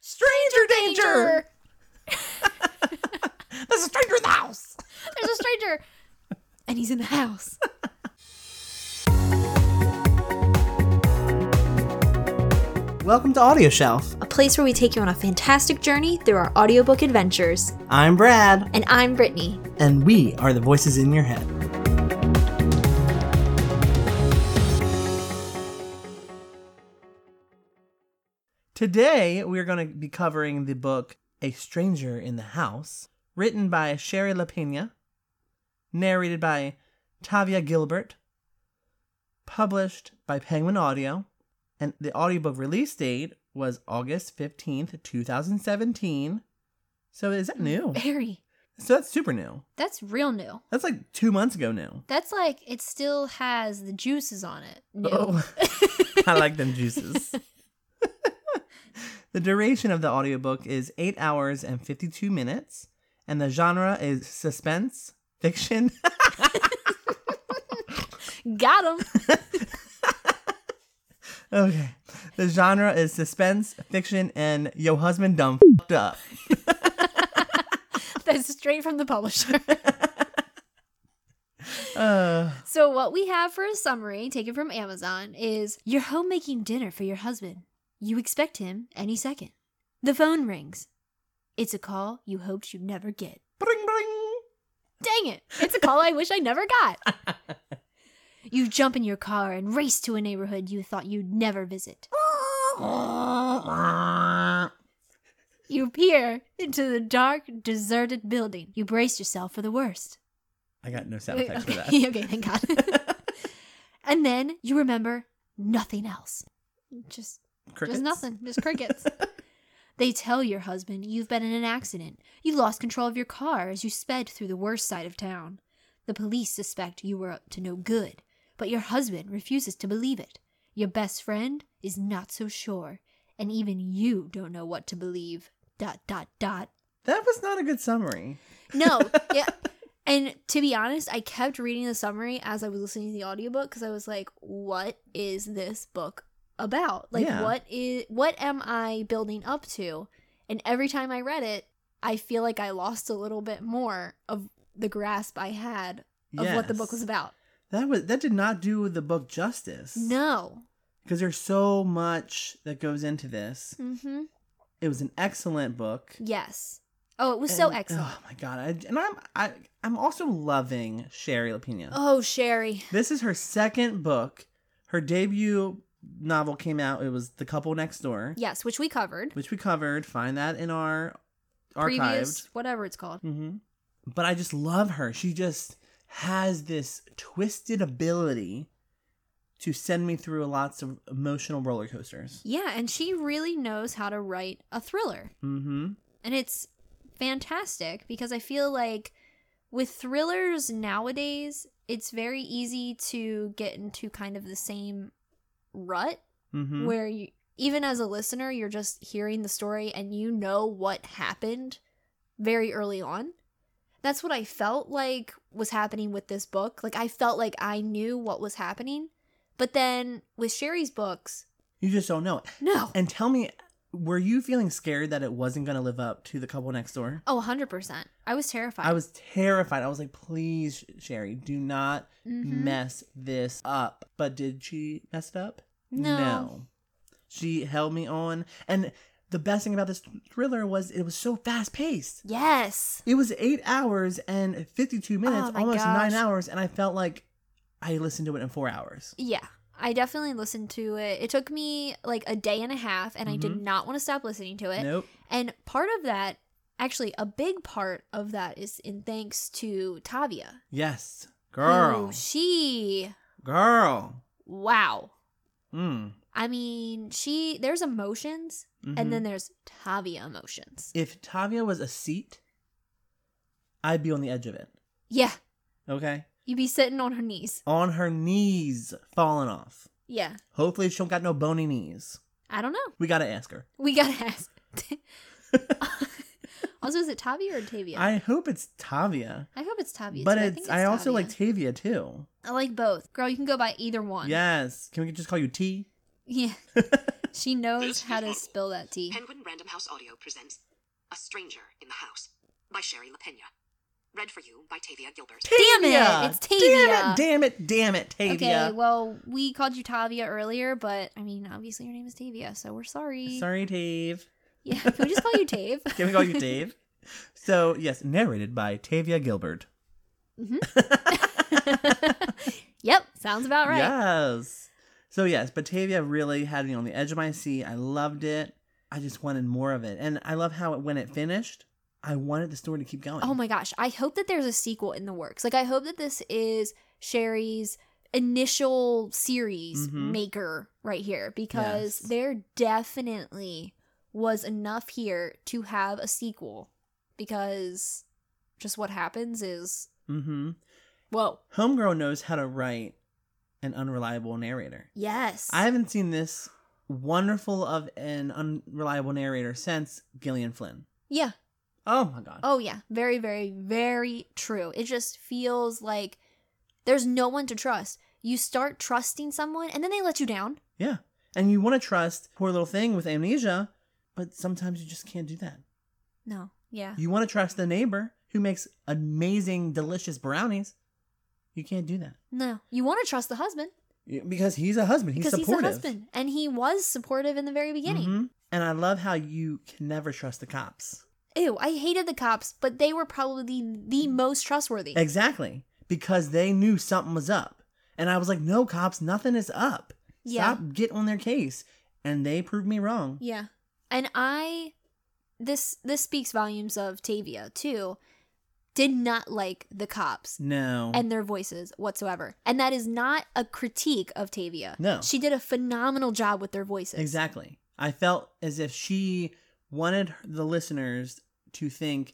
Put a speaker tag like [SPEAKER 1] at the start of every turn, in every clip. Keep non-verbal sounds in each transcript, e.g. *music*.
[SPEAKER 1] Stranger danger! There's a stranger in the house!
[SPEAKER 2] There's a stranger. *laughs* and he's in the house.
[SPEAKER 1] Welcome to Audio Shelf.
[SPEAKER 2] A place where we take you on a fantastic journey through our audiobook adventures.
[SPEAKER 1] I'm Brad,
[SPEAKER 2] And I'm Brittany.
[SPEAKER 1] and we are the voices in your head. Today, we're going to be covering the book A Stranger in the House, written by Sherry LaPena, narrated by Tavia Gilbert, published by Penguin Audio, and the audiobook release date was August 15th, 2017. So is that new?
[SPEAKER 2] Very.
[SPEAKER 1] So that's super new.
[SPEAKER 2] That's real new.
[SPEAKER 1] That's like two months ago now.
[SPEAKER 2] That's like it still has the juices on it. New.
[SPEAKER 1] Oh, *laughs* I like them juices. the duration of the audiobook is 8 hours and 52 minutes, and the genre is suspense, fiction.
[SPEAKER 2] *laughs*
[SPEAKER 1] *laughs*
[SPEAKER 2] Got him.
[SPEAKER 1] okay. The genre is suspense, fiction, and yo husband dumb fed up.
[SPEAKER 2] That's straight from the publisher. *laughs*
[SPEAKER 1] Uh,
[SPEAKER 2] So, what we have for a summary taken from Amazon is You're home making dinner for your husband. You expect him any second. The phone rings. It's a call you hoped you'd never get.
[SPEAKER 1] bring, bring.
[SPEAKER 2] Dang it! It's a call I wish I never got. You jump in your car and race to a neighborhood you thought you'd never visit. You peer into the dark, deserted building. You brace yourself for the worst.
[SPEAKER 1] I got no sound
[SPEAKER 2] *laughs*
[SPEAKER 1] effects for
[SPEAKER 2] okay.
[SPEAKER 1] that.
[SPEAKER 2] okay, thank God. and then you remember nothing else. Just
[SPEAKER 1] Crickets.
[SPEAKER 2] Just nothing. Just crickets. they tell your husband you've been in an accident. You lost control of your car as you sped through the worst side of town. The police suspect you were up to no good, but your husband refuses to believe it. Your best friend is not so sure, and even you don't know what to believe. Dot dot dot.
[SPEAKER 1] That was not a good summary. *laughs*
[SPEAKER 2] No. Yeah. And to be honest, I kept reading the summary as I was listening to the audiobook because I was like, what is this book about? Like
[SPEAKER 1] Yeah.
[SPEAKER 2] what is what am I building up to? And every time I read it, I feel like I lost a little bit more of the grasp I had of what the book
[SPEAKER 1] Yes.
[SPEAKER 2] was about.
[SPEAKER 1] That was that did not do the book justice.
[SPEAKER 2] No.
[SPEAKER 1] because there's so much that goes into this.
[SPEAKER 2] Mhm.
[SPEAKER 1] It was an excellent book.
[SPEAKER 2] Yes. Oh, it was so
[SPEAKER 1] And-
[SPEAKER 2] excellent.
[SPEAKER 1] Oh my god! I, and I'm I, I'm also loving Sherry Lapina.
[SPEAKER 2] Oh, Sherry.
[SPEAKER 1] This is her second book. Her debut novel came out. It was The Couple Next Door,
[SPEAKER 2] Yes, which we covered.
[SPEAKER 1] which we covered. Find that in our archived.
[SPEAKER 2] Previous whatever it's called.
[SPEAKER 1] hmm But I just love her. She just has this twisted ability to send me through lots of emotional roller coasters.
[SPEAKER 2] Yeah, and she really knows how to write a thriller.
[SPEAKER 1] Mm-hmm.
[SPEAKER 2] and it's fantastic because I feel like with thrillers nowadays, it's very easy to get into kind of the same rut
[SPEAKER 1] Mm-hmm.
[SPEAKER 2] where you, even as a listener, you're just hearing the story and you know what happened very early on. That's what I felt like was happening with this book. Like I felt like I knew what was happening, but then with Sherry's books,
[SPEAKER 1] You just don't know.
[SPEAKER 2] no.
[SPEAKER 1] And tell me, were you feeling scared that it wasn't going to live up to the couple next door?
[SPEAKER 2] Oh, 100%. I was terrified.
[SPEAKER 1] I was terrified. I was like, please, Sherry, do not
[SPEAKER 2] Mhm.
[SPEAKER 1] mess this up. But did she mess it up?
[SPEAKER 2] No.
[SPEAKER 1] She held me on. And the best thing about this thriller was it was so fast paced.
[SPEAKER 2] Yes.
[SPEAKER 1] It was eight hours and 52 minutes,
[SPEAKER 2] Oh my
[SPEAKER 1] almost nine
[SPEAKER 2] gosh.
[SPEAKER 1] hours. And I felt like I listened to it in four hours.
[SPEAKER 2] Yeah. I definitely listened to it. It took me like a day and a half and I did not want to stop listening to it.
[SPEAKER 1] Mm-hmm. Nope.
[SPEAKER 2] And part of that, actually a big part of that is in thanks to Tavia.
[SPEAKER 1] Yes.
[SPEAKER 2] who
[SPEAKER 1] Girl.
[SPEAKER 2] she
[SPEAKER 1] Girl.
[SPEAKER 2] wow.
[SPEAKER 1] Mm.
[SPEAKER 2] I mean, she there's emotions
[SPEAKER 1] Mhm.
[SPEAKER 2] and then there's Tavia emotions.
[SPEAKER 1] if Tavia was a seat, I'd be on the edge of it.
[SPEAKER 2] Yeah.
[SPEAKER 1] Okay?
[SPEAKER 2] You'd be sitting on her knees.
[SPEAKER 1] On her knees, falling off.
[SPEAKER 2] Yeah.
[SPEAKER 1] Hopefully, she don't got no bony knees.
[SPEAKER 2] I don't know.
[SPEAKER 1] We gotta ask her.
[SPEAKER 2] We gotta *laughs* ask.
[SPEAKER 1] *laughs*
[SPEAKER 2] also, is it Tavia or Tavia? I,
[SPEAKER 1] I hope it's Tavia,
[SPEAKER 2] hope it's Tavia.
[SPEAKER 1] but
[SPEAKER 2] too. I
[SPEAKER 1] it's,
[SPEAKER 2] think
[SPEAKER 1] I, also
[SPEAKER 2] Tavia.
[SPEAKER 1] like Tavia too.
[SPEAKER 2] I like both. Girl, you can go by either one.
[SPEAKER 1] *laughs* Yes, can we just call you T?
[SPEAKER 2] Yeah. She knows how to spill that tea.
[SPEAKER 3] Penguin Random House Audio presents A Stranger in the House by Sherry LaPena. Read for you by Tavia Gilbert.
[SPEAKER 2] Damn it,
[SPEAKER 1] Tavia!
[SPEAKER 2] it's Tavia.
[SPEAKER 1] Damn it! Damn it! Damn it! Tavia.
[SPEAKER 2] Okay, well, we called you Tavia earlier, but I mean, obviously your name is Tavia, so we're sorry.
[SPEAKER 1] Sorry, Dave.
[SPEAKER 2] Yeah, can we just call
[SPEAKER 1] *laughs*
[SPEAKER 2] you Dave?
[SPEAKER 1] Can we call
[SPEAKER 2] *laughs*
[SPEAKER 1] you Dave? so yes, narrated by Tavia Gilbert.
[SPEAKER 2] Mm-hmm.
[SPEAKER 1] *laughs*
[SPEAKER 2] yep, sounds about right.
[SPEAKER 1] Yes. So yes, Batavia really had me on the edge of my seat. I loved it. I just wanted more of it, and I love how it, when it finished, I wanted the story to keep going.
[SPEAKER 2] Oh my gosh, I hope that there's a sequel in the works. Like, I hope that this is Sherry's initial series
[SPEAKER 1] Mhm.
[SPEAKER 2] maker right here because
[SPEAKER 1] Yes.
[SPEAKER 2] there definitely was enough here to have a sequel because just what happens is
[SPEAKER 1] Mm-hmm.
[SPEAKER 2] whoa
[SPEAKER 1] Homegirl knows how to write an unreliable narrator.
[SPEAKER 2] yes
[SPEAKER 1] I haven't seen this wonderful of an unreliable narrator since Gillian Flynn.
[SPEAKER 2] yeah
[SPEAKER 1] Oh my god.
[SPEAKER 2] Oh yeah, very very very true. It just feels like there's no one to trust. You start trusting someone and then they let you down.
[SPEAKER 1] Yeah. And you want to trust poor little thing with amnesia, but sometimes you just can't do that.
[SPEAKER 2] No. Yeah.
[SPEAKER 1] You want to trust the neighbor who makes amazing, delicious brownies. You can't do that
[SPEAKER 2] No. You want to trust the husband
[SPEAKER 1] You- because he's a husband. He's
[SPEAKER 2] because he's
[SPEAKER 1] supportive.
[SPEAKER 2] the husband and he was supportive in the very beginning.
[SPEAKER 1] Mhm. And I love how you can never trust the cops.
[SPEAKER 2] Ew, I hated the cops, but they were probably the, the most trustworthy.
[SPEAKER 1] Exactly. Because they knew something was up. And I was like, no, cops, nothing is up.
[SPEAKER 2] Yeah.
[SPEAKER 1] Stop, get on their case. And they proved me wrong.
[SPEAKER 2] Yeah. And I this this speaks volumes of Tavia too. Did not like the cops
[SPEAKER 1] No.
[SPEAKER 2] and their voices whatsoever. And that is not a critique of Tavia.
[SPEAKER 1] No.
[SPEAKER 2] She did a phenomenal job with their voices.
[SPEAKER 1] Exactly. I felt as if she wanted her- the listeners to think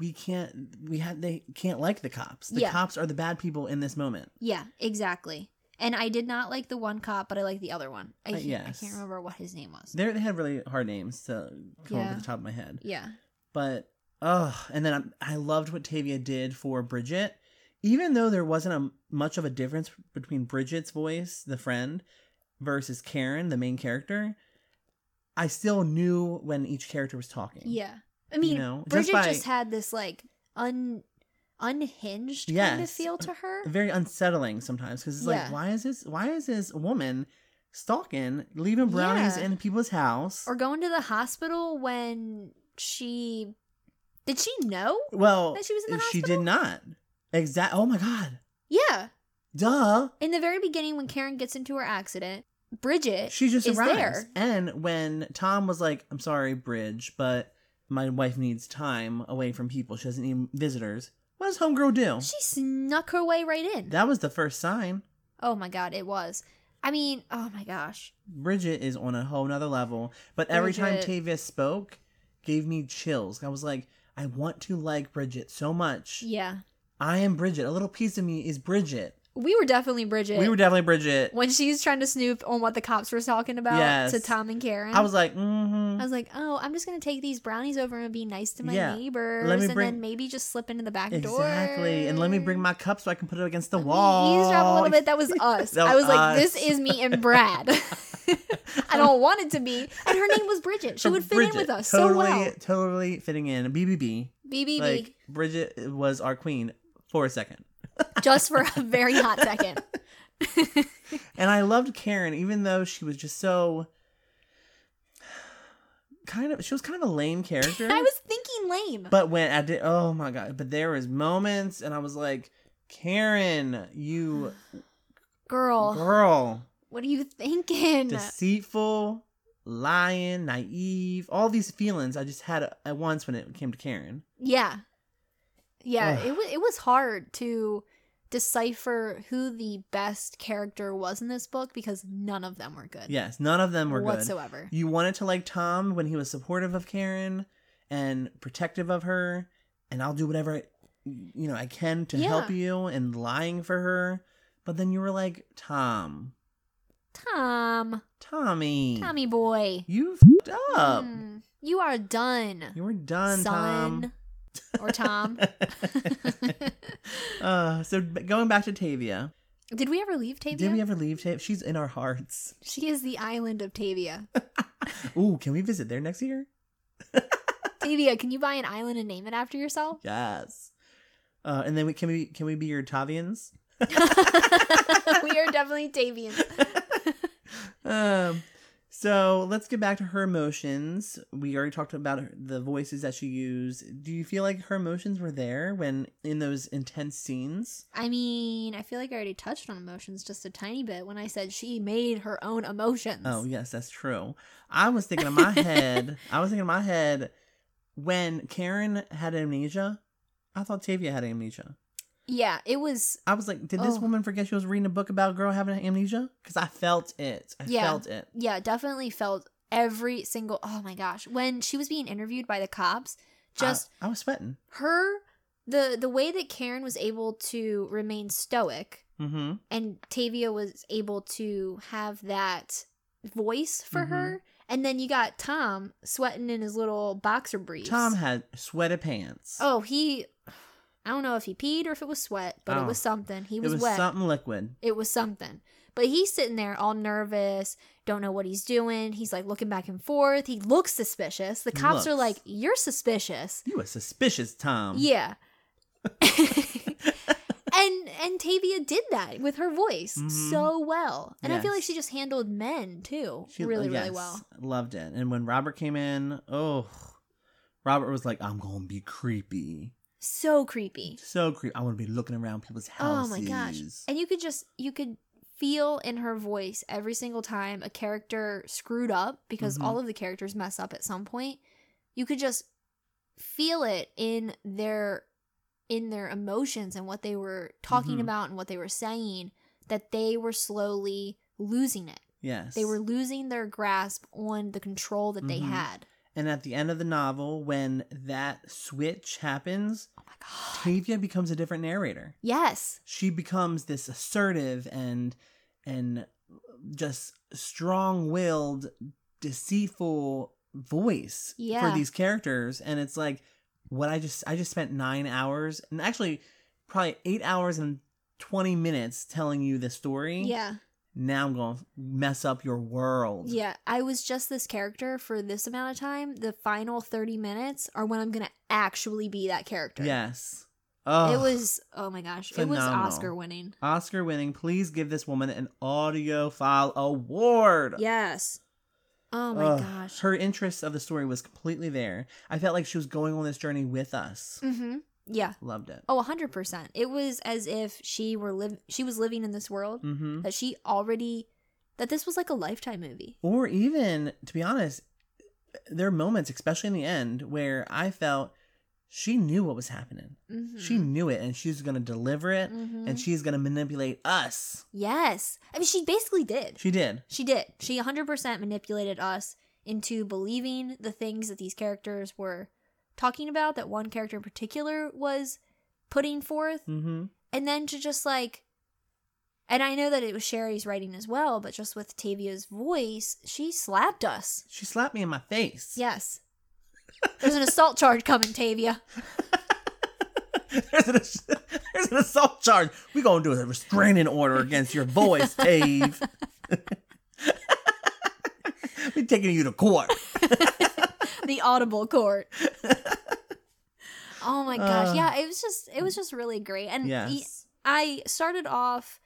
[SPEAKER 1] we can't we had they can't like the cops. The
[SPEAKER 2] Yeah.
[SPEAKER 1] cops are the bad people in this moment.
[SPEAKER 2] Yeah, exactly. And I did not like the one cop, but I like the other one. I
[SPEAKER 1] Uh,
[SPEAKER 2] can't, I
[SPEAKER 1] yes.
[SPEAKER 2] can't remember what his name was.
[SPEAKER 1] They they had really hard names to come up
[SPEAKER 2] Yeah.
[SPEAKER 1] at the top of my head.
[SPEAKER 2] yeah.
[SPEAKER 1] But oh, and then I, I loved what Tavia did for Bridget. Even though there wasn't a, much of a difference between Bridget's voice, the friend, versus Karen, the main character, I still knew when each character was talking.
[SPEAKER 2] Yeah. I mean,
[SPEAKER 1] know, just
[SPEAKER 2] Bridget just,
[SPEAKER 1] by-
[SPEAKER 2] had this like un unhinged kind of
[SPEAKER 1] Yes.
[SPEAKER 2] feel to her.
[SPEAKER 1] very unsettling sometimes because it's
[SPEAKER 2] Yeah.
[SPEAKER 1] like why is this why is this woman stalking leaving brownies
[SPEAKER 2] Yeah.
[SPEAKER 1] in people's house
[SPEAKER 2] Or going to the hospital when she did she know?
[SPEAKER 1] well
[SPEAKER 2] that she was in the
[SPEAKER 1] she did
[SPEAKER 2] hospital?
[SPEAKER 1] not exact oh my god
[SPEAKER 2] Yeah.
[SPEAKER 1] duh
[SPEAKER 2] In the very beginning when Karen gets into her accident, Bridget
[SPEAKER 1] she just
[SPEAKER 2] is
[SPEAKER 1] arrives
[SPEAKER 2] there.
[SPEAKER 1] and when tom was like i'm sorry bridge but my wife needs time away from people she doesn't need visitors what does homegirl do
[SPEAKER 2] She snuck her way right in.
[SPEAKER 1] that was the first sign
[SPEAKER 2] oh my god, it was. I mean, oh my gosh.
[SPEAKER 1] Bridget is on a whole nother level. But every time
[SPEAKER 2] Bridget.
[SPEAKER 1] Tavia spoke, gave me chills. I was like, I want to like Bridget so much.
[SPEAKER 2] Yeah.
[SPEAKER 1] I am Bridget. A little piece of me is Bridget.
[SPEAKER 2] We were definitely Bridget.
[SPEAKER 1] We were definitely Bridget.
[SPEAKER 2] when she's trying to snoop on what the cops were talking about
[SPEAKER 1] Yes.
[SPEAKER 2] to Tom and Karen.
[SPEAKER 1] I was like,
[SPEAKER 2] I
[SPEAKER 1] mm-hmm.
[SPEAKER 2] was like, oh, I'm just gonna take these brownies over and be nice to my
[SPEAKER 1] Yeah. Let me
[SPEAKER 2] neighbors, and
[SPEAKER 1] bring-
[SPEAKER 2] then maybe just slip into the back door.
[SPEAKER 1] Exactly. And let me bring my cup so I can put it against the
[SPEAKER 2] Let me
[SPEAKER 1] wall.
[SPEAKER 2] Eavesdrop a little bit.
[SPEAKER 1] *laughs*
[SPEAKER 2] That was us.
[SPEAKER 1] That
[SPEAKER 2] I was like,
[SPEAKER 1] us.
[SPEAKER 2] this is me and Brad. *laughs* I don't want it to be. And her name was Bridget. She would fit in
[SPEAKER 1] Bridget,
[SPEAKER 2] with us
[SPEAKER 1] totally,
[SPEAKER 2] so well.
[SPEAKER 1] Totally fitting in. BBB.
[SPEAKER 2] BBB,
[SPEAKER 1] Like, Bridget was our queen for a second.
[SPEAKER 2] just for a very hot
[SPEAKER 1] *laughs*
[SPEAKER 2] second.
[SPEAKER 1] And I loved Karen, even though she was just so kind of she was kind of a lame character.
[SPEAKER 2] I was thinking lame.
[SPEAKER 1] but when I did oh my god, but there was moments and I was like, Karen, you
[SPEAKER 2] Girl,
[SPEAKER 1] girl,
[SPEAKER 2] what are you thinking?
[SPEAKER 1] deceitful, lying, naive, all these feelings I just had at once when it came to Karen.
[SPEAKER 2] Yeah. Yeah,
[SPEAKER 1] Ugh.
[SPEAKER 2] it was it was hard to decipher who the best character was in this book because none of them were good.
[SPEAKER 1] Yes, none of them were good.
[SPEAKER 2] whatsoever.
[SPEAKER 1] You wanted to like Tom when he was supportive of Karen and protective of her, and I'll do whatever I, you know I can to help
[SPEAKER 2] Yeah.
[SPEAKER 1] you and lying for her. But then you were like, Tom,
[SPEAKER 2] Tom,
[SPEAKER 1] Tommy,
[SPEAKER 2] Tommy boy.
[SPEAKER 1] you fed up.
[SPEAKER 2] Mm, you are done.
[SPEAKER 1] You were done,
[SPEAKER 2] son
[SPEAKER 1] Tom.
[SPEAKER 2] or Tom.
[SPEAKER 1] *laughs*
[SPEAKER 2] *laughs*
[SPEAKER 1] uh, so b- going back to Tavia,
[SPEAKER 2] Did we ever leave Tavia?
[SPEAKER 1] Did we ever leave Tavia? She's in our hearts.
[SPEAKER 2] She is the island
[SPEAKER 1] *laughs*
[SPEAKER 2] of Tavia.
[SPEAKER 1] Ooh, can we visit there next year?
[SPEAKER 2] Tavia, can you buy an island and name it after yourself?
[SPEAKER 1] *laughs*
[SPEAKER 2] *laughs*
[SPEAKER 1] Yes. Uh, and then we can we can we be your Tavians?
[SPEAKER 2] we are definitely Tavians.
[SPEAKER 1] Um, so let's get back to her emotions. We already talked about the voices that she used. Do you feel like her emotions were there when in those intense scenes?
[SPEAKER 2] I mean, I feel like I already touched on emotions just a tiny bit when I said she made her own emotions.
[SPEAKER 1] Oh yes, that's true. I was thinking in my
[SPEAKER 2] *laughs*
[SPEAKER 1] head. I was thinking in my head when Karen had amnesia. I thought Tavia had amnesia.
[SPEAKER 2] Yeah, it was.
[SPEAKER 1] I was like, did this
[SPEAKER 2] Oh.
[SPEAKER 1] woman forget she was reading a book about a girl having amnesia? Because I felt it. I
[SPEAKER 2] Yeah.
[SPEAKER 1] felt it.
[SPEAKER 2] Yeah, definitely felt every single. Oh my gosh, when she was being interviewed by the cops, just
[SPEAKER 1] I, I was sweating.
[SPEAKER 2] her the the way that Karen was able to remain stoic
[SPEAKER 1] Mm-hmm.
[SPEAKER 2] and Tavia was able to have that voice for
[SPEAKER 1] Mhm.
[SPEAKER 2] her. And then you got Tom sweating in his little boxer briefs.
[SPEAKER 1] Tom had sweaty pants.
[SPEAKER 2] Oh, he. I don't know if he peed or if it was sweat, but
[SPEAKER 1] Oh.
[SPEAKER 2] it was something. He
[SPEAKER 1] it
[SPEAKER 2] was,
[SPEAKER 1] was
[SPEAKER 2] wet.
[SPEAKER 1] something liquid.
[SPEAKER 2] It was something. But he's sitting there all nervous, don't know what he's doing. He's like looking back and forth. He looks suspicious. The
[SPEAKER 1] He
[SPEAKER 2] cops are
[SPEAKER 1] looks.
[SPEAKER 2] like, You're suspicious.
[SPEAKER 1] You a suspicious Tom. *laughs*
[SPEAKER 2] Yeah. *laughs* and and Tavia did that with her voice
[SPEAKER 1] Mhm.
[SPEAKER 2] so well. And I feel like
[SPEAKER 1] Yes. uh,
[SPEAKER 2] she just handled men too really, really
[SPEAKER 1] yes,
[SPEAKER 2] well.
[SPEAKER 1] Loved it. And when Robert came in, oh, Robert was like, "I'm gonna be creepy,
[SPEAKER 2] So creepy.
[SPEAKER 1] so creepy. I want to be looking around people's
[SPEAKER 2] Oh
[SPEAKER 1] houses."
[SPEAKER 2] my gosh. And you could just you could feel in her voice every single time a character screwed up because
[SPEAKER 1] Mhm.
[SPEAKER 2] all of the characters mess up at some point. You could just feel it in their in their emotions and what they were talking
[SPEAKER 1] Mhm.
[SPEAKER 2] about and what they were saying that they were slowly losing it.
[SPEAKER 1] Yes,
[SPEAKER 2] They were losing their grasp on the control that they
[SPEAKER 1] Mhm.
[SPEAKER 2] had.
[SPEAKER 1] And at the end of the novel, when that switch happens,
[SPEAKER 2] Oh my god.
[SPEAKER 1] Tavia becomes a different narrator.
[SPEAKER 2] Yes.
[SPEAKER 1] She becomes this assertive and and just strong-willed, deceitful voice
[SPEAKER 2] Yeah.
[SPEAKER 1] for these characters, and it's like what I just I just spent nine hours and actually probably eight hours and twenty minutes telling you this story.
[SPEAKER 2] Yeah.
[SPEAKER 1] Now I'm gonna mess up your world.
[SPEAKER 2] Yeah, I was just this character for this amount of time. The final 30 minutes are when I'm going to actually be that character.
[SPEAKER 1] Yes. Oh.
[SPEAKER 2] It was, oh my gosh, it was
[SPEAKER 1] Phenomenal.
[SPEAKER 2] Oscar winning.
[SPEAKER 1] Oscar winning, please give this woman an audiophile award.
[SPEAKER 2] Yes. Oh my
[SPEAKER 1] Ugh,
[SPEAKER 2] gosh.
[SPEAKER 1] Her interest of the story was completely there. I felt like she was going on this journey with us.
[SPEAKER 2] Mm-hmm. Yeah.
[SPEAKER 1] Loved it.
[SPEAKER 2] Oh, 100%. It was as if she were live she was living in this world
[SPEAKER 1] hmm
[SPEAKER 2] that she already that this was like a lifetime movie.
[SPEAKER 1] Or even, to be honest, there are moments, especially in the end, where I felt she knew what was happening.
[SPEAKER 2] Mm-hmm.
[SPEAKER 1] She knew it and she's going to deliver it
[SPEAKER 2] Mhm.
[SPEAKER 1] and she's going to manipulate us.
[SPEAKER 2] Yes. I mean, she basically did.
[SPEAKER 1] She did.
[SPEAKER 2] She did. She 100% manipulated us into believing the things that these characters were talking about, that one character in particular was putting forth,
[SPEAKER 1] hmm
[SPEAKER 2] and then to just like. And I know that it was Sherry's writing as well, but just with Tavia's voice, she slapped us.
[SPEAKER 1] She slapped me in my face.
[SPEAKER 2] Yes. There's an assault charge coming, Tavia.
[SPEAKER 1] there's, an, there's an assault charge. We're going to do a restraining order against your voice, Dave. We're taking you to court.
[SPEAKER 2] The
[SPEAKER 1] *laughs*
[SPEAKER 2] audible court. Oh my gosh.
[SPEAKER 1] Uh.
[SPEAKER 2] yeah, it was just it was just really great. And y-
[SPEAKER 1] Yes.
[SPEAKER 2] I started off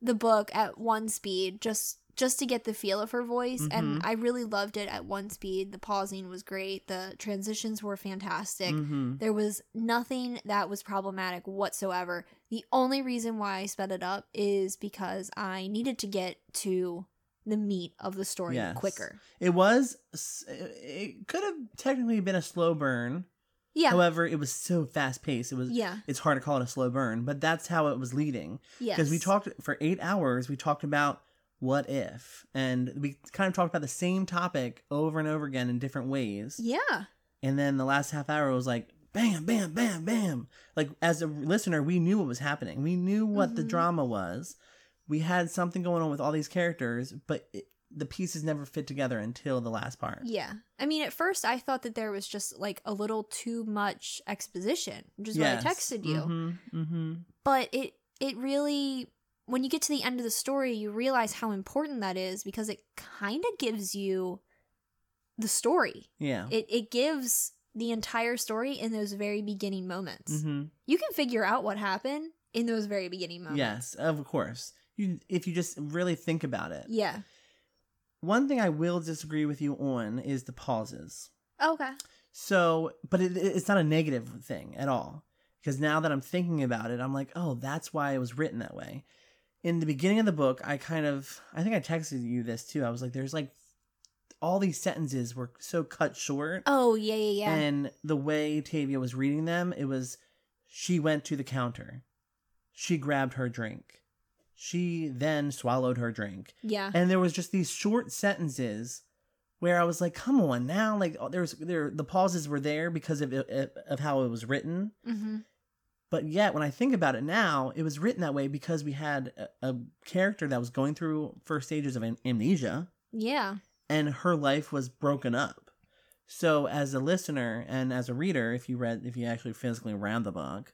[SPEAKER 2] the book at one speed just just to get the feel of her voice and
[SPEAKER 1] Mm-hmm.
[SPEAKER 2] I really loved it at one speed. The pausing was great. The transitions were fantastic.
[SPEAKER 1] hmm
[SPEAKER 2] There was nothing that was problematic whatsoever. The only reason why I sped it up is because I needed to get to the meat of the story
[SPEAKER 1] Yes.
[SPEAKER 2] quicker.
[SPEAKER 1] It was, s- it could have technically been a slow burn.
[SPEAKER 2] Yeah.
[SPEAKER 1] However, it was so fast paced. It was,
[SPEAKER 2] yeah.
[SPEAKER 1] it's hard to call it a slow burn, but that's how it was leading.
[SPEAKER 2] Yes.
[SPEAKER 1] Because we talked for eight hours, we talked about what if, and we kind of talked about the same topic over and over again in different ways.
[SPEAKER 2] Yeah.
[SPEAKER 1] And then the last half hour was like bam, bam, bam, bam. Like as a listener, we knew what was happening. We knew what the
[SPEAKER 2] Mhm.
[SPEAKER 1] drama was. We had something going on with all these characters, but it, the pieces never fit together until the last part.
[SPEAKER 2] Yeah. I mean, at first I thought that there was just like a little too much
[SPEAKER 1] Mm-hmm.
[SPEAKER 2] exposition, which is what I texted you.
[SPEAKER 1] hmm
[SPEAKER 2] But it it really when you get to the end of the story, you realize how important that is because it kind of gives you the story.
[SPEAKER 1] Yeah.
[SPEAKER 2] It it gives the entire story in those very beginning moments.
[SPEAKER 1] mm-hmm.
[SPEAKER 2] You can figure out what happened in those very beginning moments.
[SPEAKER 1] Yes, of course. You, if you just really think about it.
[SPEAKER 2] Yeah.
[SPEAKER 1] One thing I will disagree with you on is the pauses.
[SPEAKER 2] Okay.
[SPEAKER 1] So, but it, it- it's not a negative thing at all. Because now that I'm thinking about it, I'm like, oh, that's why it was written that way. In the beginning of the book, I kind of, I think I texted you this too. I was like, there's like all these sentences were so cut short.
[SPEAKER 2] Oh yeah yeah yeah.
[SPEAKER 1] And the way Tavia was reading them, it was she went to the counter. She grabbed her drink. She then swallowed her drink.
[SPEAKER 2] yeah.
[SPEAKER 1] And there was just these short sentences where I was like, "Come on now." Like oh, there's there the pauses were there because of it, of how it was written.
[SPEAKER 2] mm-hmm.
[SPEAKER 1] But yet when I think about it now, it was written that way because we had a, a character that was going through first stages of am- amnesia
[SPEAKER 2] Yeah.
[SPEAKER 1] and her life was broken up. So as a listener and as a reader, if you read if you actually physically ran the book,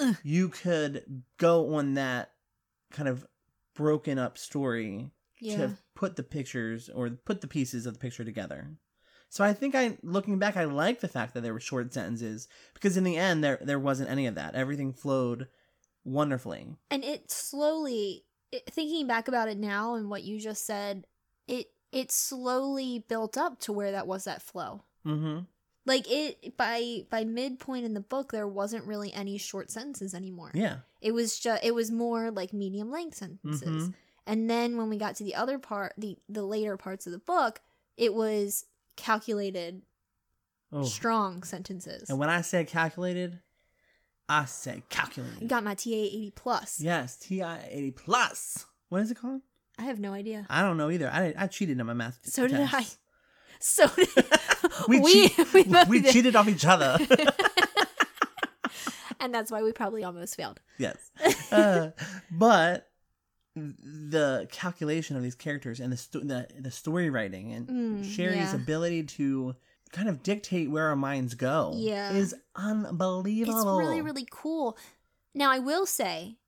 [SPEAKER 2] Ugh.
[SPEAKER 1] you could go on that kind of broken up story
[SPEAKER 2] Yeah.
[SPEAKER 1] to put the pictures or put the pieces of the picture together. So I think I looking back I like the fact that there were short sentences because in the end there there wasn't any of that. Everything flowed wonderfully.
[SPEAKER 2] and it slowly it, thinking back about it now and what you just said it it slowly built up to where that was that flow Mm-hmm.
[SPEAKER 1] Mhm.
[SPEAKER 2] like it by by midpoint in the book there wasn't really any short sentences anymore
[SPEAKER 1] Yeah.
[SPEAKER 2] it was just it was more like medium length sentences
[SPEAKER 1] Mhm.
[SPEAKER 2] and then when we got to the other part the the later parts of the book it was calculated
[SPEAKER 1] Oh.
[SPEAKER 2] strong sentences
[SPEAKER 1] And when I said calculated, I said calculated.
[SPEAKER 2] you got my ta 80 plus
[SPEAKER 1] Yes, TI 80 plus. What is it called?
[SPEAKER 2] i have no idea *laughs*
[SPEAKER 1] I don't know either. I, I cheated on my math.
[SPEAKER 2] So did
[SPEAKER 1] test.
[SPEAKER 2] so *laughs*
[SPEAKER 1] We,
[SPEAKER 2] we,
[SPEAKER 1] cheat- *laughs*
[SPEAKER 2] we,
[SPEAKER 1] we,
[SPEAKER 2] both did.
[SPEAKER 1] cheated off each
[SPEAKER 2] *laughs*
[SPEAKER 1] other.
[SPEAKER 2] and that's why we probably almost failed.
[SPEAKER 1] yes.
[SPEAKER 2] *laughs*
[SPEAKER 1] Uh, but the calculation of these characters and the sto- the, the story writing and
[SPEAKER 2] Mm,
[SPEAKER 1] Sherry's
[SPEAKER 2] yeah.
[SPEAKER 1] ability to kind of dictate where our minds go
[SPEAKER 2] Yeah.
[SPEAKER 1] is
[SPEAKER 2] It's
[SPEAKER 1] unbelievable.
[SPEAKER 2] really, really cool. Now, I will say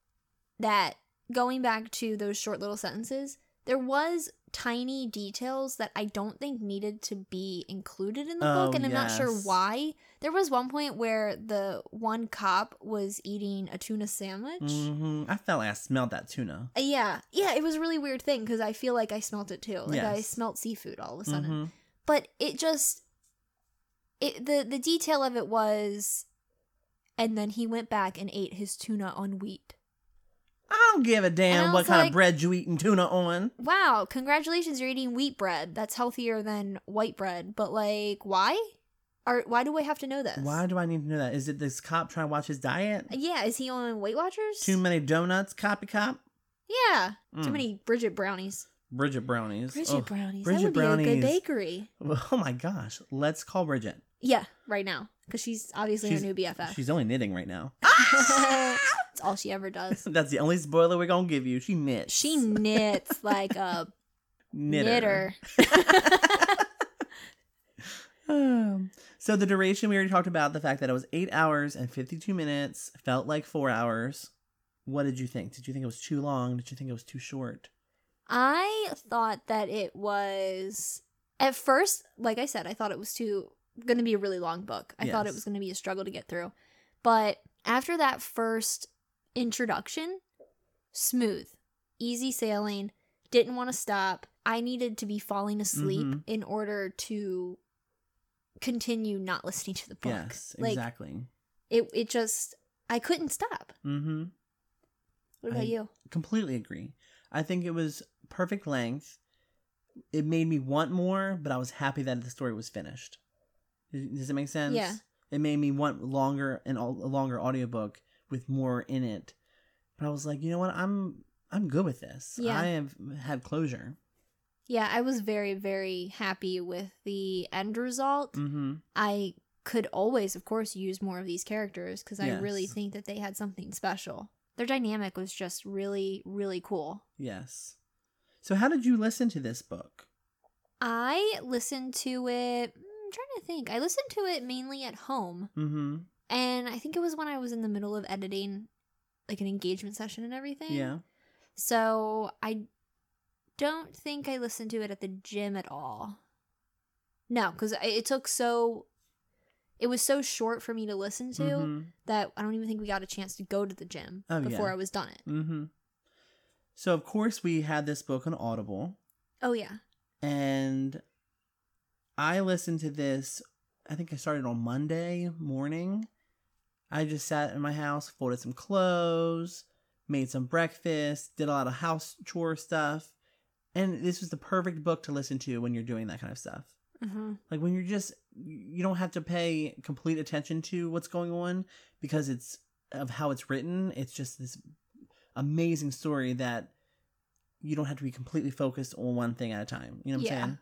[SPEAKER 2] that going back to those short little sentences, there was tiny details that I don't think needed to be included in the
[SPEAKER 1] Oh,
[SPEAKER 2] book, and I'm not sure
[SPEAKER 1] yes.
[SPEAKER 2] why. There was one point where the one cop was eating a tuna sandwich.
[SPEAKER 1] hmm I felt like I smelled that tuna.
[SPEAKER 2] Uh, Yeah, yeah, it was a really weird thing because I feel like I smelt it too. Like I
[SPEAKER 1] Yes.
[SPEAKER 2] smelt seafood all of a sudden.
[SPEAKER 1] Mhm.
[SPEAKER 2] but it just it the the detail of it was and then he went back and ate his tuna on wheat
[SPEAKER 1] I don't give a
[SPEAKER 2] And
[SPEAKER 1] damn
[SPEAKER 2] I
[SPEAKER 1] what
[SPEAKER 2] was
[SPEAKER 1] kind of
[SPEAKER 2] like-
[SPEAKER 1] bread you eating tuna on.
[SPEAKER 2] wow congratulations you're eating wheat bread that's healthier than white bread but like why or why do i have to know this
[SPEAKER 1] Why do I need to know that? Is it this cop trying to watch his diet?
[SPEAKER 2] yeah is he on weight watchers
[SPEAKER 1] Too many donuts, copy cop.
[SPEAKER 2] yeah too
[SPEAKER 1] Mm.
[SPEAKER 2] many bridget brownies
[SPEAKER 1] Bridget brownies.
[SPEAKER 2] bridget
[SPEAKER 1] oh.
[SPEAKER 2] brownies
[SPEAKER 1] Bridget
[SPEAKER 2] that would be a
[SPEAKER 1] brownies.
[SPEAKER 2] good bakery
[SPEAKER 1] *laughs* oh my gosh, let's call Bridget.
[SPEAKER 2] yeah right now because she's Ah! obviously
[SPEAKER 1] She's-
[SPEAKER 2] our new bff *laughs*
[SPEAKER 1] She's only knitting right now.
[SPEAKER 2] it's all she ever does
[SPEAKER 1] *laughs* That's the only spoiler we're gonna give you. She knits.
[SPEAKER 2] she knits like a
[SPEAKER 1] knitter. *laughs* Um, so the duration we already talked about. The fact that it was eight hours and fifty-two minutes felt like four hours. What did you think? Did you think it was too long? Did you think it was too short?
[SPEAKER 2] *laughs* I thought that it was at first, like I said, I thought it was too going to be a really long book. I thought it
[SPEAKER 1] Yes.
[SPEAKER 2] was going to be a struggle to get through. But after that first introduction, smooth, easy sailing, didn't want to stop. I needed to be falling asleep
[SPEAKER 1] Mhm.
[SPEAKER 2] in order to continue not listening to the book.
[SPEAKER 1] Yes,
[SPEAKER 2] like
[SPEAKER 1] exactly.
[SPEAKER 2] it it just I couldn't stop.
[SPEAKER 1] Mm-hmm.
[SPEAKER 2] What about
[SPEAKER 1] I-
[SPEAKER 2] you?
[SPEAKER 1] completely agree. I think it was perfect length. It made me want more, but I was happy that the story was finished. Does does it make sense?
[SPEAKER 2] Yeah.
[SPEAKER 1] It made me want longer and a longer audiobook with more in it. But I was like, you know what? I'm I'm good with this.
[SPEAKER 2] Yeah.
[SPEAKER 1] I have had closure.
[SPEAKER 2] Yeah, I was very very happy with the end result.
[SPEAKER 1] Mm-hmm.
[SPEAKER 2] I could always, of course, use more of these characters because I really
[SPEAKER 1] Yes.
[SPEAKER 2] think that they had something special. Their dynamic was just really, really cool.
[SPEAKER 1] Yes. So how did you listen to this book?
[SPEAKER 2] I listened to it. I'm trying to think. I listened to it mainly at home,
[SPEAKER 1] Mm-hmm.
[SPEAKER 2] and I think it was when I was in the middle of editing, like an engagement session and everything.
[SPEAKER 1] Yeah.
[SPEAKER 2] So I don't think I listened to it at the gym at all. No, because it took so. It was so short for me to listen to
[SPEAKER 1] Mhm.
[SPEAKER 2] that I don't even think we got a chance to go to the gym
[SPEAKER 1] Oh, yeah.
[SPEAKER 2] before I was done it.
[SPEAKER 1] Mm-hmm. So of course we had this book on Audible,
[SPEAKER 2] Oh yeah.
[SPEAKER 1] and I listened to this. I think I started on Monday morning. I just sat in my house, folded some clothes, made some breakfast, did a lot of house chore stuff, and this was the perfect book to listen to when you're doing that kind of stuff.
[SPEAKER 2] Mm-hmm.
[SPEAKER 1] Like when you're just you don't have to pay complete attention to what's going on because it's of how it's written. It's just this amazing story that you don't have to be completely focused on one thing at a time. You know what
[SPEAKER 2] Yeah.
[SPEAKER 1] I'm saying?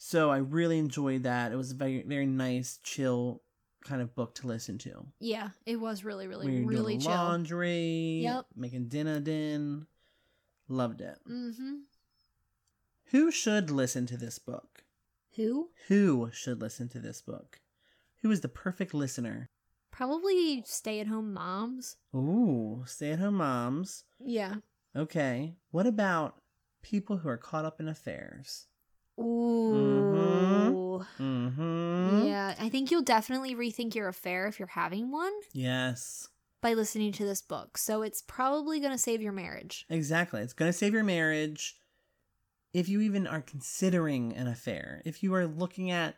[SPEAKER 1] So I really enjoyed that. It was a very very nice, chill kind of book to listen to.
[SPEAKER 2] Yeah, it was really, really,
[SPEAKER 1] we were
[SPEAKER 2] really
[SPEAKER 1] doing
[SPEAKER 2] chill.
[SPEAKER 1] laundry,
[SPEAKER 2] Yep.
[SPEAKER 1] making dinner din. Loved it.
[SPEAKER 2] Mm-hmm.
[SPEAKER 1] Who should listen to this book?
[SPEAKER 2] Who?
[SPEAKER 1] Who should listen to this book? Who is the perfect listener?
[SPEAKER 2] Probably stay-at-home moms.
[SPEAKER 1] Ooh, stay at home moms.
[SPEAKER 2] Yeah.
[SPEAKER 1] Okay. What about people who are caught up in affairs?
[SPEAKER 2] Ooh.
[SPEAKER 1] Mm hmm.
[SPEAKER 2] Yeah, I think you'll definitely rethink your affair if you're having one
[SPEAKER 1] Yes.
[SPEAKER 2] by listening to this book. So it's probably going to save your marriage.
[SPEAKER 1] Exactly. It's going to save your marriage. If you even are considering an affair, if you are looking at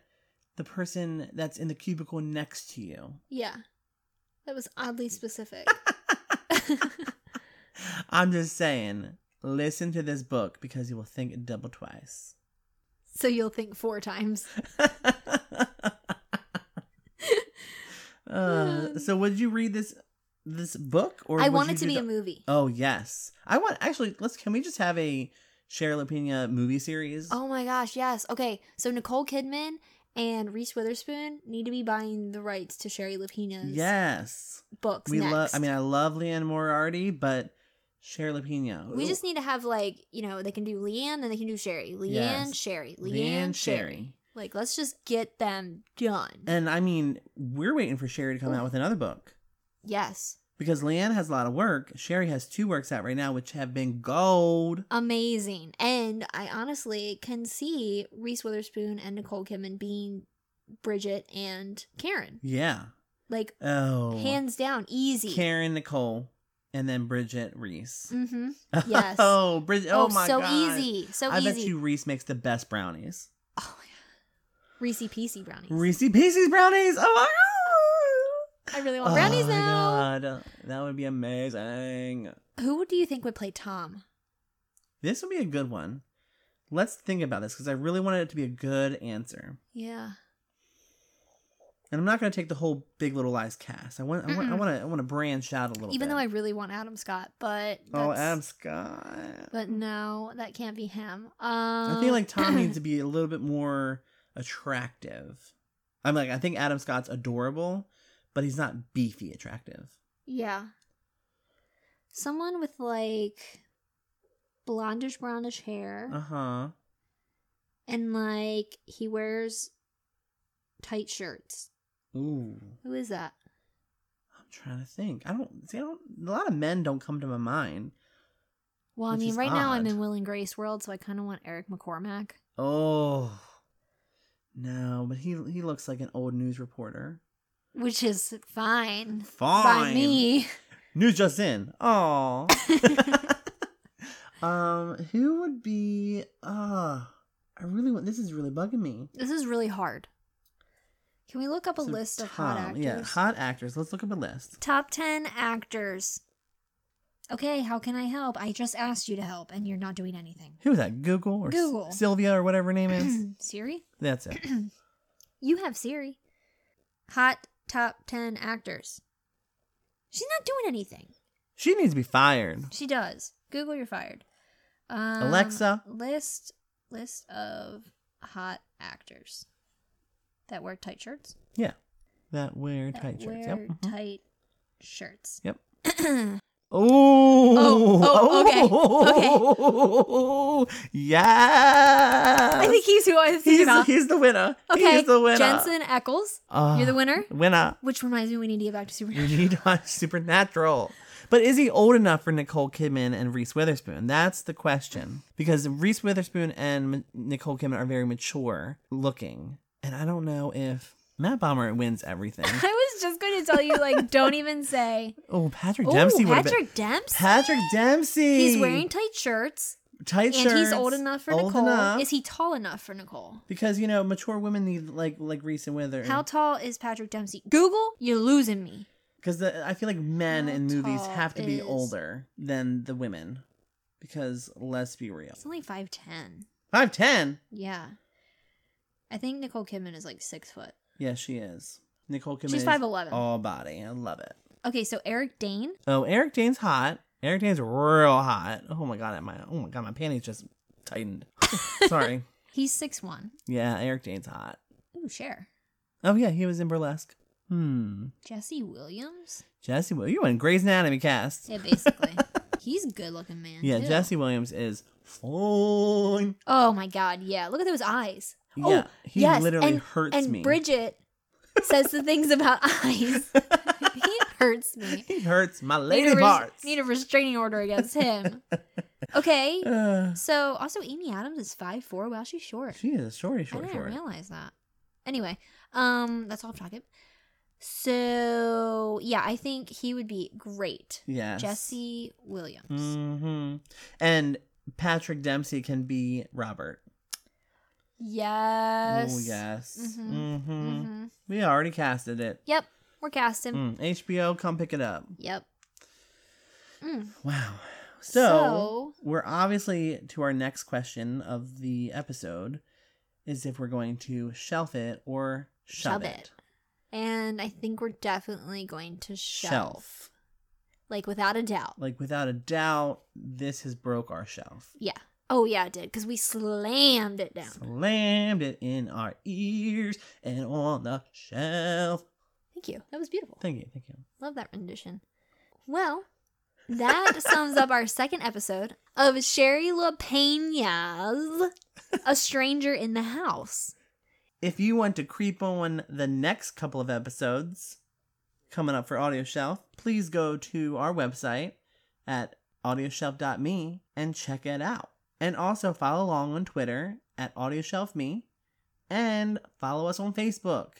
[SPEAKER 1] the person that's in the cubicle next to you, *laughs*
[SPEAKER 2] Yeah. That was oddly specific.
[SPEAKER 1] I'm just saying, listen to this book because you will think double twice.
[SPEAKER 2] *laughs* so you'll think four times.
[SPEAKER 1] Uh, so would you read this this book or
[SPEAKER 2] Um, I
[SPEAKER 1] would
[SPEAKER 2] want
[SPEAKER 1] you
[SPEAKER 2] it to
[SPEAKER 1] do
[SPEAKER 2] be
[SPEAKER 1] the-
[SPEAKER 2] a movie.
[SPEAKER 1] Oh yes. I want actually let's can we just have a Cheryl Pena movie series?
[SPEAKER 2] Oh my gosh, yes. Okay, so Nicole Kidman and Reese Witherspoon need to be buying the rights to Sherry Lupina's
[SPEAKER 1] yes.
[SPEAKER 2] books
[SPEAKER 1] We
[SPEAKER 2] next.
[SPEAKER 1] love I mean I love Leanne Moriarty, but Cheryl Pena.
[SPEAKER 2] we just need to have like you know they can do Leanne and they can do Sherry, Leanne,
[SPEAKER 1] Yes.
[SPEAKER 2] Sherry, Leanne,
[SPEAKER 1] Leanne
[SPEAKER 2] Sherry.
[SPEAKER 1] Sherry.
[SPEAKER 2] Like let's just get them done.
[SPEAKER 1] And I mean, we're waiting for Sherry to come out with another book.
[SPEAKER 2] yes,
[SPEAKER 1] Because Leanne has a lot of work. Sherry has two works out right now, which have been gold.
[SPEAKER 2] amazing. And I honestly can see Reese Witherspoon and Nicole Kidman being Bridget and Karen.
[SPEAKER 1] Yeah.
[SPEAKER 2] Like
[SPEAKER 1] Oh.
[SPEAKER 2] hands down, easy.
[SPEAKER 1] Karen Nicole, and then Bridget Reese.
[SPEAKER 2] mm-hmm.
[SPEAKER 1] *laughs*
[SPEAKER 2] yes.
[SPEAKER 1] oh, Bridget. Oh, my
[SPEAKER 2] so
[SPEAKER 1] God.
[SPEAKER 2] easy, so
[SPEAKER 1] I
[SPEAKER 2] easy.
[SPEAKER 1] bet you Reese makes the best brownies.
[SPEAKER 2] Oh my god. Reese Piecey brownies.
[SPEAKER 1] Reese Pieces brownies. Oh my God.
[SPEAKER 2] I really want brownies
[SPEAKER 1] oh my
[SPEAKER 2] now.
[SPEAKER 1] God. That would be amazing.
[SPEAKER 2] Who do you think would play Tom?
[SPEAKER 1] This would be a good one. Let's think about this because I really wanted it to be a good answer.
[SPEAKER 2] Yeah.
[SPEAKER 1] And I'm not going to take the whole Big Little Lies cast. I want, I want, I
[SPEAKER 2] Mm-mm.
[SPEAKER 1] want to, I want to branch out a little.
[SPEAKER 2] Even
[SPEAKER 1] bit.
[SPEAKER 2] though I really want Adam Scott, but
[SPEAKER 1] oh,
[SPEAKER 2] that's-
[SPEAKER 1] Adam Scott.
[SPEAKER 2] But no, that can't be him.
[SPEAKER 1] I
[SPEAKER 2] Um,
[SPEAKER 1] think like Tom
[SPEAKER 2] *clears throat*
[SPEAKER 1] needs to be a little bit more attractive. I'm like I think Adam Scott's adorable, but he's not beefy attractive.
[SPEAKER 2] yeah, someone with like blondish brownish hair,
[SPEAKER 1] Uh huh.
[SPEAKER 2] and like he wears tight shirts.
[SPEAKER 1] Ooh,
[SPEAKER 2] Who is that?
[SPEAKER 1] I'm trying to think. I don't see. I don't. A lot of men don't come to my mind.
[SPEAKER 2] Well, I
[SPEAKER 1] Which
[SPEAKER 2] mean,
[SPEAKER 1] is
[SPEAKER 2] right now I'm
[SPEAKER 1] odd.
[SPEAKER 2] in Will and Grace world, so I kind of want Eric McCormack.
[SPEAKER 1] Oh, no. But he he looks like an old news reporter.
[SPEAKER 2] which is fine
[SPEAKER 1] Fine. *laughs*
[SPEAKER 2] by me. *laughs*
[SPEAKER 1] News just in. Oh. *laughs* um, who would be? Uh, I really want. This is really bugging me.
[SPEAKER 2] This is really hard. Can we look up a
[SPEAKER 1] So
[SPEAKER 2] list of hot
[SPEAKER 1] Tom-
[SPEAKER 2] actors?
[SPEAKER 1] Yeah, hot actors. Let's look up a list.
[SPEAKER 2] Top 10 actors. Okay, how can I help? I just asked you to help and you're not doing anything. *clears throat*
[SPEAKER 1] Who was that? Google or S-
[SPEAKER 2] Google.
[SPEAKER 1] Sylvia or whatever her name
[SPEAKER 2] *clears throat*
[SPEAKER 1] is.
[SPEAKER 2] Siri?
[SPEAKER 1] That's it.
[SPEAKER 2] You have Siri. Hot top 10 actors. She's not doing anything.
[SPEAKER 1] She needs to be fired.
[SPEAKER 2] She does. Google, you're fired. Um,
[SPEAKER 1] Alexa.
[SPEAKER 2] List list of hot actors that wear tight shirts.
[SPEAKER 1] Yeah, that wear
[SPEAKER 2] that
[SPEAKER 1] tight shirts. mm-hmm.
[SPEAKER 2] wear
[SPEAKER 1] Yep. mhm.
[SPEAKER 2] tight shirts.
[SPEAKER 1] Yep. Oh, *laughs*
[SPEAKER 2] oh,
[SPEAKER 1] okay. Yes.
[SPEAKER 2] *clears throat* I think he's who I was thinking
[SPEAKER 1] he's,
[SPEAKER 2] about.
[SPEAKER 1] he's the winner.
[SPEAKER 2] okay,
[SPEAKER 1] He's the winner.
[SPEAKER 2] Jensen Eccles,
[SPEAKER 1] Ah,
[SPEAKER 2] you're the winner.
[SPEAKER 1] Winner.
[SPEAKER 2] Which reminds me, we need to get back to Supernatural.
[SPEAKER 1] You need *laughs* to watch Supernatural. But is he old enough for Nicole Kidman and Reese Witherspoon? That's the question. Because Reese Witherspoon and M- Nicole Kidman are very mature looking. And I don't know if Matt Bomber wins
[SPEAKER 2] *laughs*
[SPEAKER 1] everything.
[SPEAKER 2] I was just going to tell you, like, don't even say.
[SPEAKER 1] oh, Patrick
[SPEAKER 2] Oh,
[SPEAKER 1] Dempsey would have been.
[SPEAKER 2] Patrick Dempsey.
[SPEAKER 1] Patrick Dempsey.
[SPEAKER 2] He's wearing tight shirts,
[SPEAKER 1] tight
[SPEAKER 2] and
[SPEAKER 1] shirts.
[SPEAKER 2] he's old enough for
[SPEAKER 1] old
[SPEAKER 2] Nicole.
[SPEAKER 1] enough.
[SPEAKER 2] Is he tall enough for Nicole?
[SPEAKER 1] Because you know, mature women need like like Reese and Wither.
[SPEAKER 2] How tall is Patrick Dempsey? Google, you're losing me.
[SPEAKER 1] Because I feel like men
[SPEAKER 2] How
[SPEAKER 1] in movies
[SPEAKER 2] tall
[SPEAKER 1] have to be
[SPEAKER 2] is-
[SPEAKER 1] older than the women. Because let's be real,
[SPEAKER 2] It's only five ten.
[SPEAKER 1] five ten.
[SPEAKER 2] Yeah, I think Nicole Kidman is like six foot.
[SPEAKER 1] Yeah, she is. Nicole Kidman.
[SPEAKER 2] She's
[SPEAKER 1] is
[SPEAKER 2] five eleven.
[SPEAKER 1] All body. I love it.
[SPEAKER 2] Okay, so Eric Dane.
[SPEAKER 1] Oh, Eric Dane's hot. Eric Dane's real hot. Oh my god, my oh my god, my panties just
[SPEAKER 2] *laughs*
[SPEAKER 1] tightened. Sorry.
[SPEAKER 2] He's six one.
[SPEAKER 1] Yeah, Eric Dane's hot.
[SPEAKER 2] Ooh, Cher.
[SPEAKER 1] Oh yeah, he was in Burlesque. Hmm.
[SPEAKER 2] Jesse Williams.
[SPEAKER 1] Jesse, Wil- you in Grey's Anatomy cast? *laughs*
[SPEAKER 2] Yeah, basically. He's a good looking man.
[SPEAKER 1] Yeah,
[SPEAKER 2] too.
[SPEAKER 1] Jesse Williams is fine.
[SPEAKER 2] Oh my god, yeah. Look at those eyes.
[SPEAKER 1] yeah,
[SPEAKER 2] oh,
[SPEAKER 1] he
[SPEAKER 2] yes,
[SPEAKER 1] literally
[SPEAKER 2] and-
[SPEAKER 1] hurts
[SPEAKER 2] and
[SPEAKER 1] me. *laughs*
[SPEAKER 2] Bridget says the things about *laughs* eyes. he hurts me.
[SPEAKER 1] he hurts my
[SPEAKER 2] Need a
[SPEAKER 1] lady
[SPEAKER 2] res-
[SPEAKER 1] parts.
[SPEAKER 2] Need a restraining order against
[SPEAKER 1] *laughs*
[SPEAKER 2] him. okay.
[SPEAKER 1] Uh,
[SPEAKER 2] So also Amy Adams is five four. Wow, she's short.
[SPEAKER 1] she is shorty, short,
[SPEAKER 2] I didn't
[SPEAKER 1] short.
[SPEAKER 2] realize that. Anyway, um, that's off topic. So yeah, I think he would be great.
[SPEAKER 1] Yes.
[SPEAKER 2] Jesse Williams.
[SPEAKER 1] hmm And Patrick Dempsey can be Robert.
[SPEAKER 2] Yes.
[SPEAKER 1] Oh yes.
[SPEAKER 2] Mhm.
[SPEAKER 1] Mhm.
[SPEAKER 2] hmm
[SPEAKER 1] We already casted it.
[SPEAKER 2] Yep. We're casting.
[SPEAKER 1] Mm, HBO, come pick it up.
[SPEAKER 2] Yep. Mm.
[SPEAKER 1] Wow. So,
[SPEAKER 2] So-
[SPEAKER 1] we're obviously to our next question of the episode is if we're going to shelf it or shove,
[SPEAKER 2] Shove it. And I think we're definitely going to shelf.
[SPEAKER 1] Shelf.
[SPEAKER 2] Like without a doubt.
[SPEAKER 1] Like without a doubt, this has broke our shelf.
[SPEAKER 2] Yeah. Oh yeah, it did because we slammed it down.
[SPEAKER 1] Slammed it in our ears and on the shelf.
[SPEAKER 2] Thank you. That was beautiful.
[SPEAKER 1] Thank you, thank you.
[SPEAKER 2] Love that rendition. Well, that sums up our second episode of Sherry LaPena's A Stranger in the House.
[SPEAKER 1] If you want to creep on the next couple of episodes coming up for Audio Shelf, please go to our website at audioshelf.me and check it out. And also follow along on Twitter at audioshelfme and follow us on Facebook.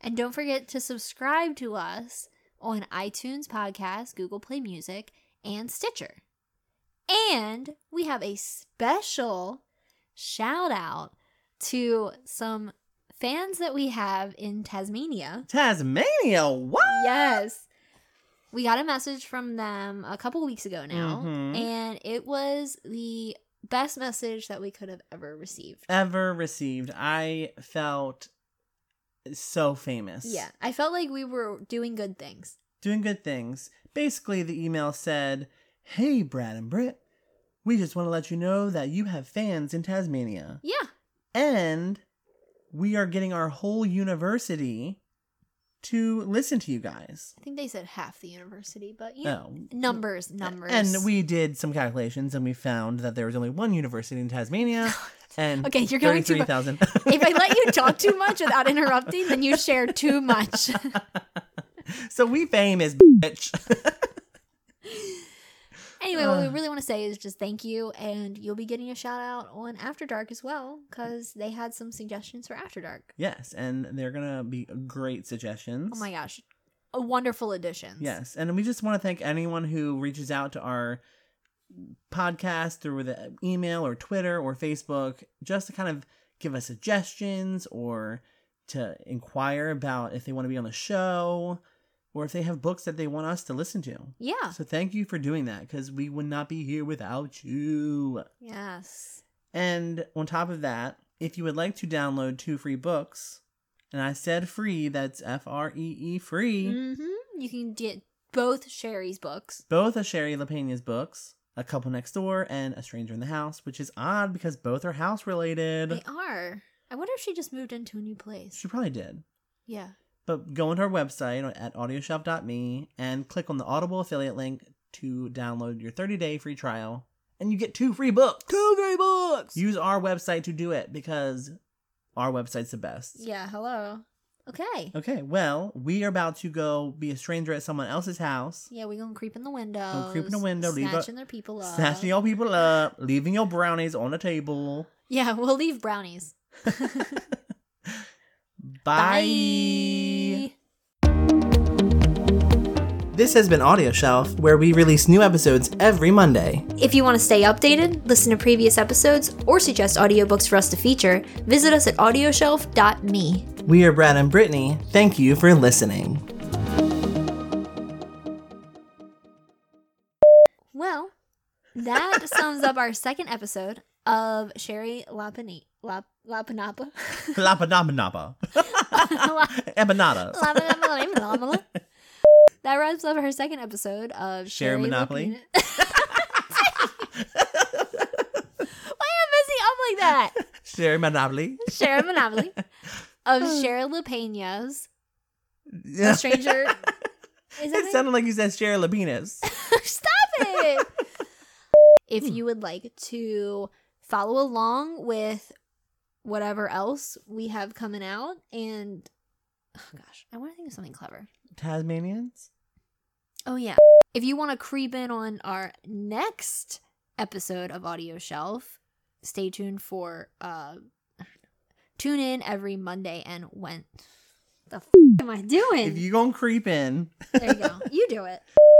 [SPEAKER 2] And don't forget to subscribe to us on iTunes Podcast, Google Play Music, and Stitcher. And we have a special shout out to some fans that we have in Tasmania.
[SPEAKER 1] Tasmania, what?
[SPEAKER 2] Yes. We got a message from them a couple weeks ago now,
[SPEAKER 1] Mhm.
[SPEAKER 2] and it was the best message that we could have ever received.
[SPEAKER 1] Ever received. I felt so famous.
[SPEAKER 2] Yeah, I felt like we were doing good things.
[SPEAKER 1] doing good things. Basically, the email said, Hey, Brad and Britt, we just want to let you know that you have fans in Tasmania.
[SPEAKER 2] Yeah,
[SPEAKER 1] And we are getting our whole university to listen to you guys.
[SPEAKER 2] I think they said half the university, but you know,
[SPEAKER 1] No.
[SPEAKER 2] numbers, numbers.
[SPEAKER 1] And we did some calculations and we found that there was only one university in
[SPEAKER 2] *laughs*
[SPEAKER 1] Tasmania. And
[SPEAKER 2] Okay, you're going too much.
[SPEAKER 1] 33,000.
[SPEAKER 2] if I let you talk too much without *laughs* interrupting, then you share too much.
[SPEAKER 1] *laughs*
[SPEAKER 2] *laughs*
[SPEAKER 1] so we famous, bitch.
[SPEAKER 2] anyway, what we
[SPEAKER 1] Ugh.
[SPEAKER 2] really want to say is just thank you, and you'll be getting a shout out on After Dark as well, because they had some suggestions for After Dark.
[SPEAKER 1] yes, and they're going to be great suggestions.
[SPEAKER 2] Oh my gosh. A wonderful addition.
[SPEAKER 1] Yes, and we just want to thank anyone who reaches out to our podcast through the email or Twitter or Facebook just to kind of give us suggestions or to inquire about if they want to be on the show or if they have books that they want us to listen to.
[SPEAKER 2] Yeah.
[SPEAKER 1] So thank you for doing that because we would not be here without you.
[SPEAKER 2] Yes.
[SPEAKER 1] And on top of that, if you would like to download two free books, and I said free, that's F R E E free.
[SPEAKER 2] Mm-hmm. You can get both Sherry's books.
[SPEAKER 1] both of Sherry LaPena's books, A Couple Next Door and A Stranger in the House, which is odd because both are house
[SPEAKER 2] They
[SPEAKER 1] related.
[SPEAKER 2] are. I wonder if she just moved into a new place.
[SPEAKER 1] She probably did.
[SPEAKER 2] Yeah.
[SPEAKER 1] But go onto our website at audioshelf.me and click on the Audible affiliate link to download your 30 day free trial, and you get two free books.
[SPEAKER 2] Two free books.
[SPEAKER 1] Use our website to do it because our website's the best.
[SPEAKER 2] yeah. Hello. Okay.
[SPEAKER 1] Okay, well, we are about to go be a stranger at someone else's house,
[SPEAKER 2] Yeah, we gonna creep in the windows.
[SPEAKER 1] creep in the window, leave a-
[SPEAKER 2] Snatching their people up.
[SPEAKER 1] snatching your people up, leaving your brownies on the table.
[SPEAKER 2] Yeah, we'll leave brownies.
[SPEAKER 1] Bye. This has been Audio Shelf, where we release new episodes every Monday.
[SPEAKER 2] If you want to stay updated, listen to previous episodes, or suggest audiobooks for us to feature, visit us at audioshelf.me.
[SPEAKER 1] We are Brad and Brittany. Thank you for listening.
[SPEAKER 2] Well, that sums up our second episode of Sherry Lapani Lap *laughs* Lapanapa.
[SPEAKER 1] Lapanapa. Empanada.
[SPEAKER 2] Lapanapa- That wraps up our second episode of
[SPEAKER 1] Sherry
[SPEAKER 2] Sherry
[SPEAKER 1] Monopoly.
[SPEAKER 2] Lapina- *laughs* Why am I messing up like that?
[SPEAKER 1] Sherry Monopoly.
[SPEAKER 2] Sharon Monopoly
[SPEAKER 1] *laughs*
[SPEAKER 2] of Cheryl LaPena's
[SPEAKER 1] Yeah.
[SPEAKER 2] Stranger. Is
[SPEAKER 1] *laughs*
[SPEAKER 2] that
[SPEAKER 1] It
[SPEAKER 2] it?
[SPEAKER 1] sounded like you said Sherry Lapinas.
[SPEAKER 2] *laughs* Stop it! if you would like to follow along with whatever else we have coming out, and oh gosh, I want to think of something clever.
[SPEAKER 1] Tasmanians?
[SPEAKER 2] Oh yeah, if you want to creep in on our next episode of Audio Shelf, stay tuned for uh, tune in every Monday and when. The f- am I doing?
[SPEAKER 1] If you gonna creep in,
[SPEAKER 2] There you go. You do it.